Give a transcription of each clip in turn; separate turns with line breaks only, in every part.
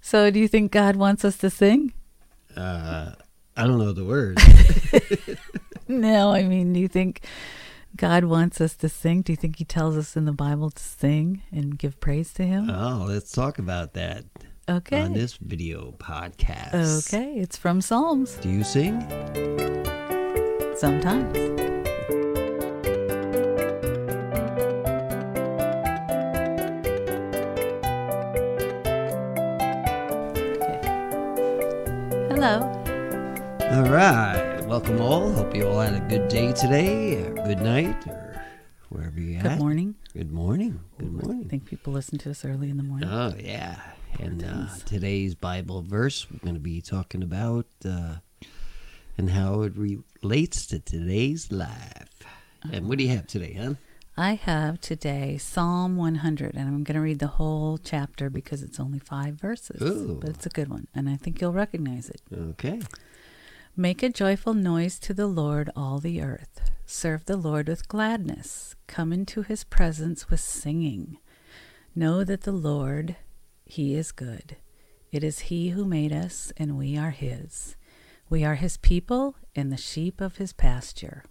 So, do you think God wants us to sing?
Uh, I don't know the words.
No, I mean, do you think God wants us to sing? Do you think He tells us in the Bible to sing and give praise to Him?
oh, let's talk about that
okay.
on this video podcast.
Okay, it's from Psalms.
Do you sing?
Sometimes. Hello.
All right. Welcome all. Hope you all had a good day today, or good night, or wherever you're
Good
at.
morning.
Good morning. Good
I
morning.
think people listen to us early in the morning.
Oh, yeah. And uh, today's Bible verse, we're going to be talking about uh, and how it relates to today's life. And what do you have today, huh?
I have today Psalm 100, and I'm going to read the whole chapter because it's only five verses.
Ooh.
But it's a good one, and I think you'll recognize it.
Okay.
Make a joyful noise to the Lord, all the earth. Serve the Lord with gladness. Come into his presence with singing. Know that the Lord, he is good. It is he who made us, and we are his. We are his people and the sheep of his pasture.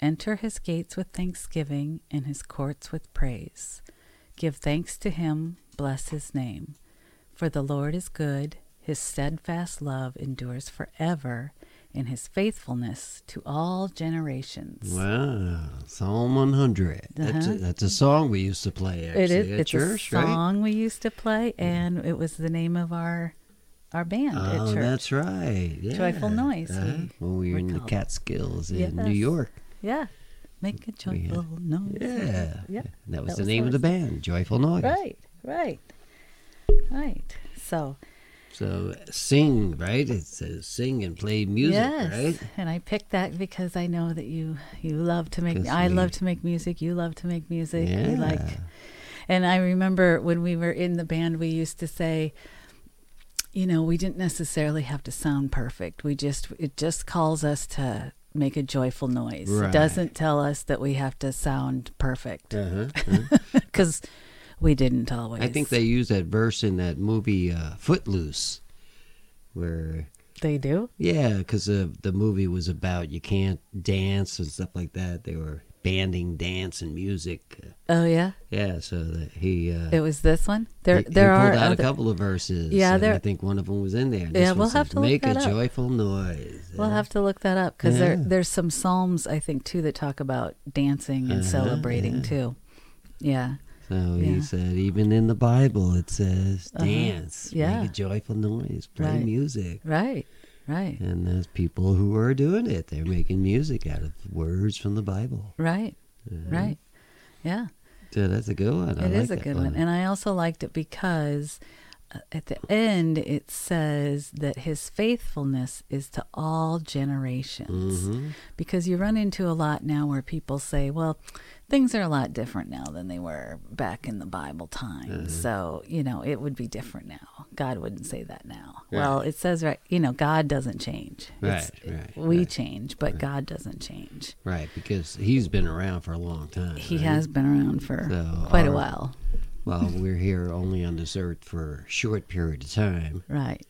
Enter his gates with thanksgiving and his courts with praise. Give thanks to him, bless his name. For the Lord is good, his steadfast love endures forever, and his faithfulness to all generations.
Wow, Psalm 100. That's, a,
Uh-huh.
that's a song we used to play actually
It is
at
it's
church,
a
right?
song we used to play and it was the name of our our band
Oh,
at church.
that's right. Yeah. Uh-huh.
Joyful Noise, we
When we were in the
recall.
Catskills in New
Yes.
York.
Yeah. Make a
We had-
joyful noise.
Yeah.
Yeah,
That was
that
the
was
name of the band, Joyful Noise.
Right, right. Right. So
So sing, right? It says sing and play music,
yes,
right?
and I picked that because I know that you you love to make.
'Cause
I
we-
love to make music. You love to make music. We like,
Yeah.
and I remember when we were in the band, we used to say, you know, we didn't necessarily have to sound perfect. We just it just calls us to make a joyful noise.
Right.
It doesn't tell us that we have to sound perfect
Uh-huh. uh-huh.
because we didn't always.
I think they use that verse in that movie uh, Footloose, where
they do.
Yeah, because the the movie was about you can't dance and stuff like that. They were banding dance and music.
Oh yeah,
Yeah, so that he uh,
it was this one. There
he, he
there are
pulled out
other-
a couple of verses.
Yeah,
and I
there-
think one of them was in there.
Yeah,
This
we'll
was
have to look
make
that
a
up.
joyful noise.
We'll have to look that up because there
Yeah.
there's some psalms I think too that talk about dancing and
Uh-huh,
celebrating
yeah.
too. Yeah,
so he
yeah.
said, even in the Bible, it says
Uh-huh.
dance,
Yeah.
make a joyful noise, play
Right.
music.
right, right,
And there's people who are doing it. They're making music out of words from the Bible.
right, right. Yeah,
So that's a good one. I
it
like
is a
that
good one. and I also liked it because uh, at the end it says that His faithfulness is to all generations.
Mhm.
Because you run into a lot now where people say, well, things are a lot different now than they were back in the Bible time.
Mm-hmm.
So, you know, it would be different now. God wouldn't say that now. Well, it says, right, you know, God doesn't change. It's-
Right, right,
we
right.
change, but God doesn't change.
Right, because he's been around for a long time.
He
right?
has been around for
So
quite a
our-
while.
While we're here only on this earth for a short period of time,
Right.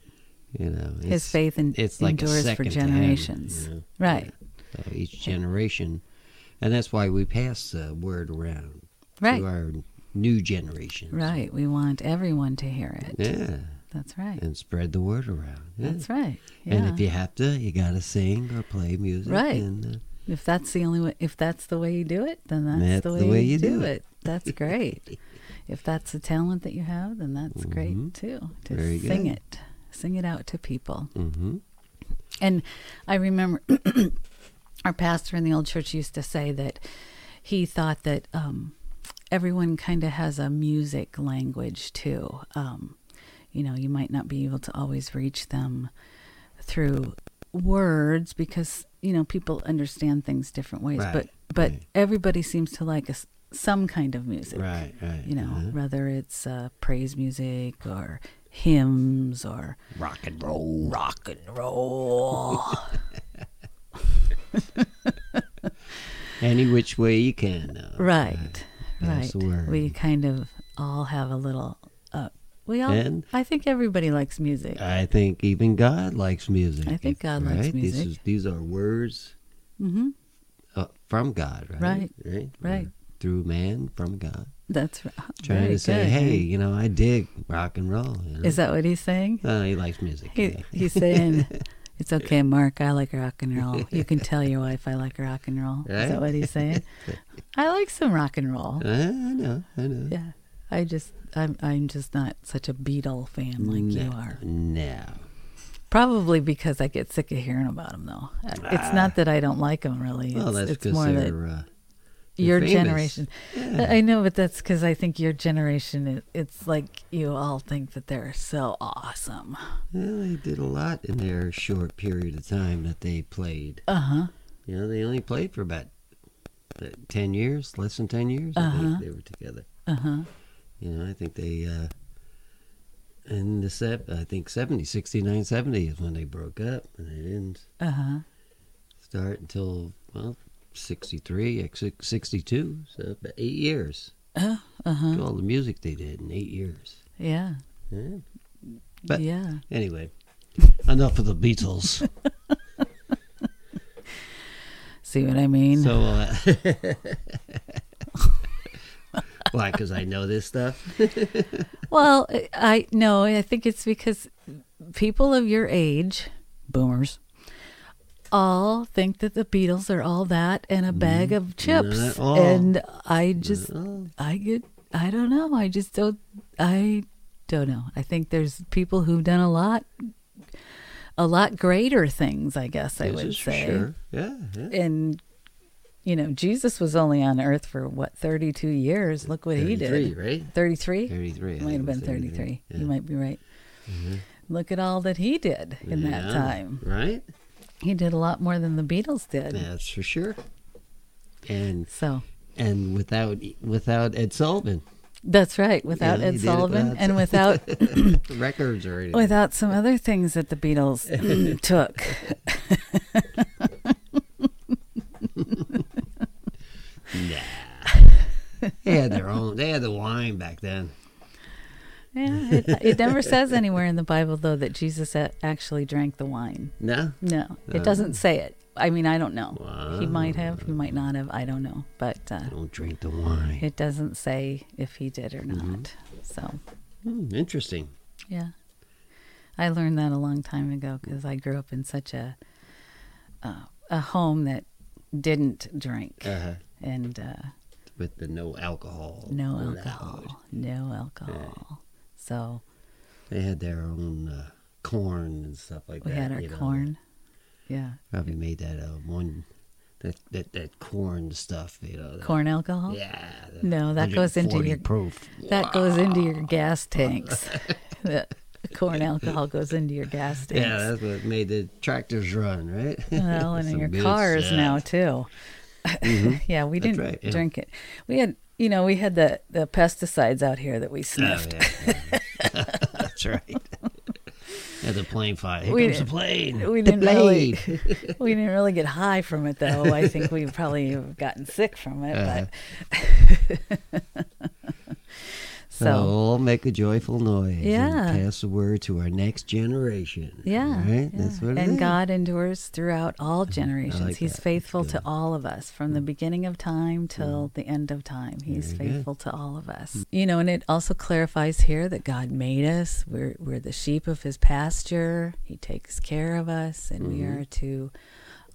you know.
His faith in,
it's like a
endures for
second to heaven,
generations.
you know?
Right.
So each generation, and that's why we pass the word around
Right.
to our new generation.
Right. We want everyone to hear it.
Yeah,
That's right.
and spread the word around. Yeah.
That's right. Yeah.
And if you have to, you got to sing or play music.
Right.
And, uh,
If that's the only way, if that's the way you do it, then that's,
That's the way you do it.
That's great. if that's a talent that you have, then that's great too. To
Mm-hmm. Very
sing
good.
it, sing it out to people.
mm-hmm.
And I remember our pastor in the old church used to say that he thought that um, everyone kind of has a music language too. Um, you know, you might not be able to always reach them through words because you know people understand things different ways.
Right,
But but
right.
everybody seems to like a s some kind of music
Right, right.
you know,
uh-huh.
whether it's uh, praise music or hymns or rock and roll, rock and roll.
Any which way you can. uh,
right,
That's
right.
the word.
We kind of all have a little uh, We all.
And- Uh,
I think everybody likes music.
I think even God likes music.
I think God
right?
likes
This
music.
is, these are words
mm-hmm.
uh, from God, right?
Right.
Right.
Right.
Through man, from God.
That's right.
Trying
Very
to say,
good.
hey, you know, I dig rock and roll. You know?
Is that what he's saying?
Uh, he likes music.
He,
yeah.
he's saying, "It's okay, Mark. I like rock and roll. You can tell your wife I like rock and roll." Is
Right?
that what he's saying? I like some rock and roll.
Uh, I know. I know.
Yeah, I just I'm I'm just not such a Beatle fan like you
No,
are.
No.
Probably because I get sick of hearing about them, though. Uh, It's not that I don't like them, really.
Well,
it's,
that's
it's
because
more that
they're. Uh, they're
your
famous.
generation.
Yeah.
I know, but that's because I think your generation. It, it's like you all think that they're so awesome.
Well, they did a lot in their short period of time that they played.
Uh huh.
You know, they only played for about uh, ten years, less than ten years. I
Uh-huh.
think they were together.
Uh huh.
You know, I think they uh, in the set. I think 70, 69, 70 is when they broke up, and they didn't
Uh huh.
start until well, sixty three, sixty two. So about eight years.
Uh huh.
Do all the music they did in eight years.
Yeah.
Yeah. But-
yeah.
Anyway, enough of the Beatles.
See what I mean?
So, uh, why? Because I know this stuff.
well, I- I no, I think it's because people of your age, boomers, all think that the Beatles are all that and a bag of chips.
Mm, not all.
And I just,
Oh,
I get, I don't know. I just don't, I don't know. I think there's people who've done a lot, a lot greater things, I guess I
this
would
is for
say.
sure. Yeah, yeah.
and you know Jesus was only on Earth for what thirty two years. Look what he did.
33, right?
Thirty three.
Thirty-three.
Might
I
have
think it was
been thirty three.
Yeah. Mm-hmm.
You might be right. Look at all that he did in that
Yeah,
time.
right?
He did a lot more than the Beatles did.
That's for sure. And
So
and without without Ed Sullivan
that's right. Without
Yeah,
Ed
he did it
Sullivan
without-
and without
records or anything.
without some other things that the Beatles took.
They had their own. They had the wine back then.
Yeah, it, it never says anywhere in the Bible though that Jesus a- actually drank the wine.
No.
No,
Uh,
it doesn't say it. I mean, I don't know. He might
Wow.
have, he might not have. I don't know, but uh,
Don't drink the wine.
it doesn't say if he did or not.
Mm-hmm.
So,
Hmm, interesting.
yeah, I learned that a long time ago because I grew up in such a uh, a home that didn't drink
Uh,
and uh,
with the no alcohol.
no
allowed.
alcohol, no alcohol. So
They had their own uh, corn and stuff like
we
that.
had our
you know.
corn. Yeah,
Probably made that uh, one that, that that corn stuff, you know. that-
corn alcohol.
uh, Yeah. the
No, that goes into
140
your-
proof.
That goes into your gas tanks. the corn alcohol goes into your gas tanks.
Yeah, that's what made the tractors run, right?
well, and in
Some
your
good
cars now
stuff. Mm-hmm.
too. yeah, we
That's
didn't
right, yeah.
drink it. We had, you know, we had the the pesticides out here that we
Oh,
sniffed.
yeah, yeah. that's right. Yeah, the plane fly. Here
We
comes the
didn't-
plane.
we
the
didn't really-
plane.
we didn't really get high from it though. I think we probably have gotten sick from it,
Uh-huh.
but
So,
so
we'll make a joyful noise.
Yeah.
And pass the word to our next generation.
yeah, yeah.
Right? That's what it
and
is.
God endures throughout all generations.
like
He's
that. That's
faithful to
good.
all of us from the beginning of time till the end of time. He's
Very good. Mm.
faithful to all of us. You know, and it also clarifies here that God made us. We're we're the sheep of his pasture. He takes care of us and we
Mm-hmm.
are to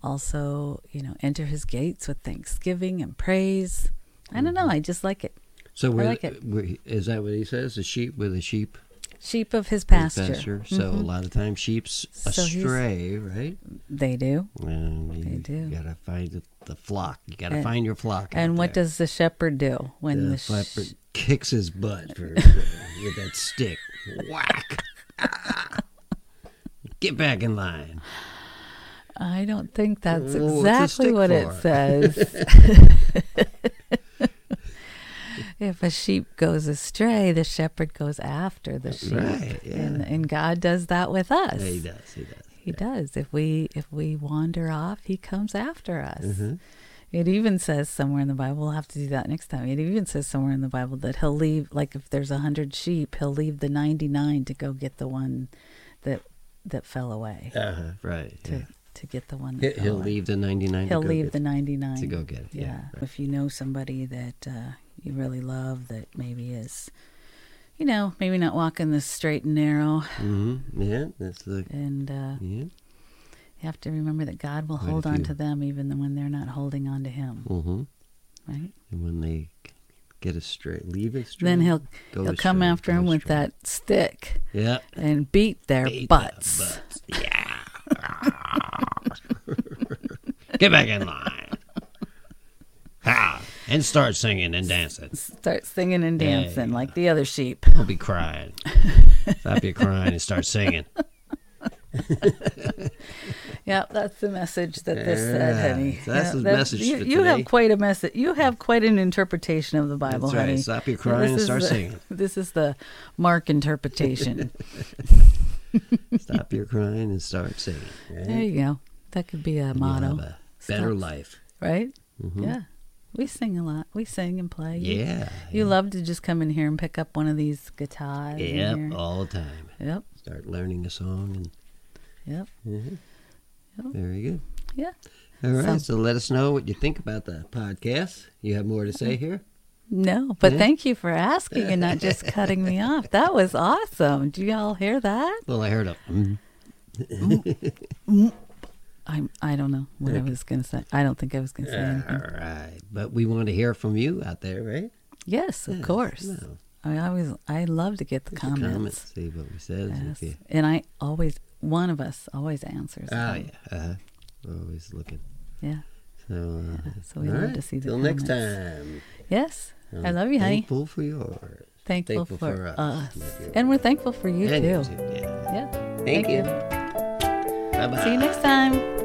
also, you know, enter his gates with thanksgiving and praise. I don't
Mm-hmm.
know, I just like it.
So we're,
like it.
we're is that what he says? The sheep with the sheep
Sheep of his
with
pasture. Mm-hmm.
pasture. So a lot of times sheep's
So he's-
astray, right?
They do.
And you
They do.
gotta find the, the flock. You gotta
And-
find your flock. out
And what
there.
does the shepherd do when the,
the
sh-
shepherd kicks his butt for, with that stick? Whack! Ah! Get back in line.
I don't think that's
Well, what's a
exactly
stick
what it
for?
says. if a sheep goes astray, the shepherd goes after the sheep,
Right, yeah.
and, and God does that with us.
Yeah, he does. He does. Mm-hmm.
He does. If we if we wander off, He comes after us. It even says somewhere in the Bible, we'll have to do that next time. It even says somewhere in the Bible that he'll leave, like if there's a hundred sheep, he'll leave the 99 to go get the one that that fell away.
Uh-huh, right.
To,
yeah.
to get the one
He-
that fell
He'll
away.
leave the 99.
he'll
to go
leave
get-
the 99
to go get it, yeah, right.
if you know somebody that uh, you really love that maybe is you know maybe not walking the straight and narrow
Mhm, Yeah, that's the.
and uh, you
Yeah.
have to remember that god will
Quite a
hold on
few.
to them even when they're not holding on to him
Mm-hmm.
right
And when they get astray, leave astray.
then he'll
go
he'll come
astray,
after
go
him with
astray.
that stick
Yeah.
and beat their
Beat their
butts
butts. Yeah. Get back in line. Ha! And start singing and dancing.
start singing and
Yeah,
dancing like the other sheep
Don't be crying. Stop your crying and start singing.
Yep, that's the message that this said,
Yeah,
honey.
so that's
Yeah,
the message
You,
for
you have
today.
quite a message. You have quite an interpretation of the Bible,
That's right.
honey.
Stop your
This
crying and
is
start
the-
singing.
This is the Mark interpretation.
Stop your crying and start singing. right?
there you go. That could be a
You'll have
motto,
a better
Stop.
life.
right? Yeah. We sing a lot. We sing and play. You-
Yeah.
You, love to just come in here and pick up one of these guitars. in
Yep.
here.
All the time.
Yep.
Start learning a song and
Yep.
very good.
Yeah.
All right.
So-
so let us know what you think about the podcast. You have more to say here?
No, but
Yeah.
thank you for asking and not just cutting me off. That was awesome. Do y'all hear that?
Well, I heard a mm,
I'm. I don't know what I was gonna say. I don't think I was gonna say anything.
All right. But we want to hear from you out there, right?
Yes, of course.
no.
I always. I love to get the
Your
comments.
See what we said. see if
Yes.
you-
And I always. One of us always answers.
Oh,
them.
yeah. Uh-huh. We're always looking.
yeah.
So, uh,
so we
all
love
right,
to see the
Till next
comments.
time.
Yes. I
I'm
love you, honey.
Thankful for yours.
Thankful,
thankful
for,
for us.
us,
Love you.
and we're thankful for you
And
too.
you too, yeah.
Yeah.
Thank you. Bye bye.
See you next time.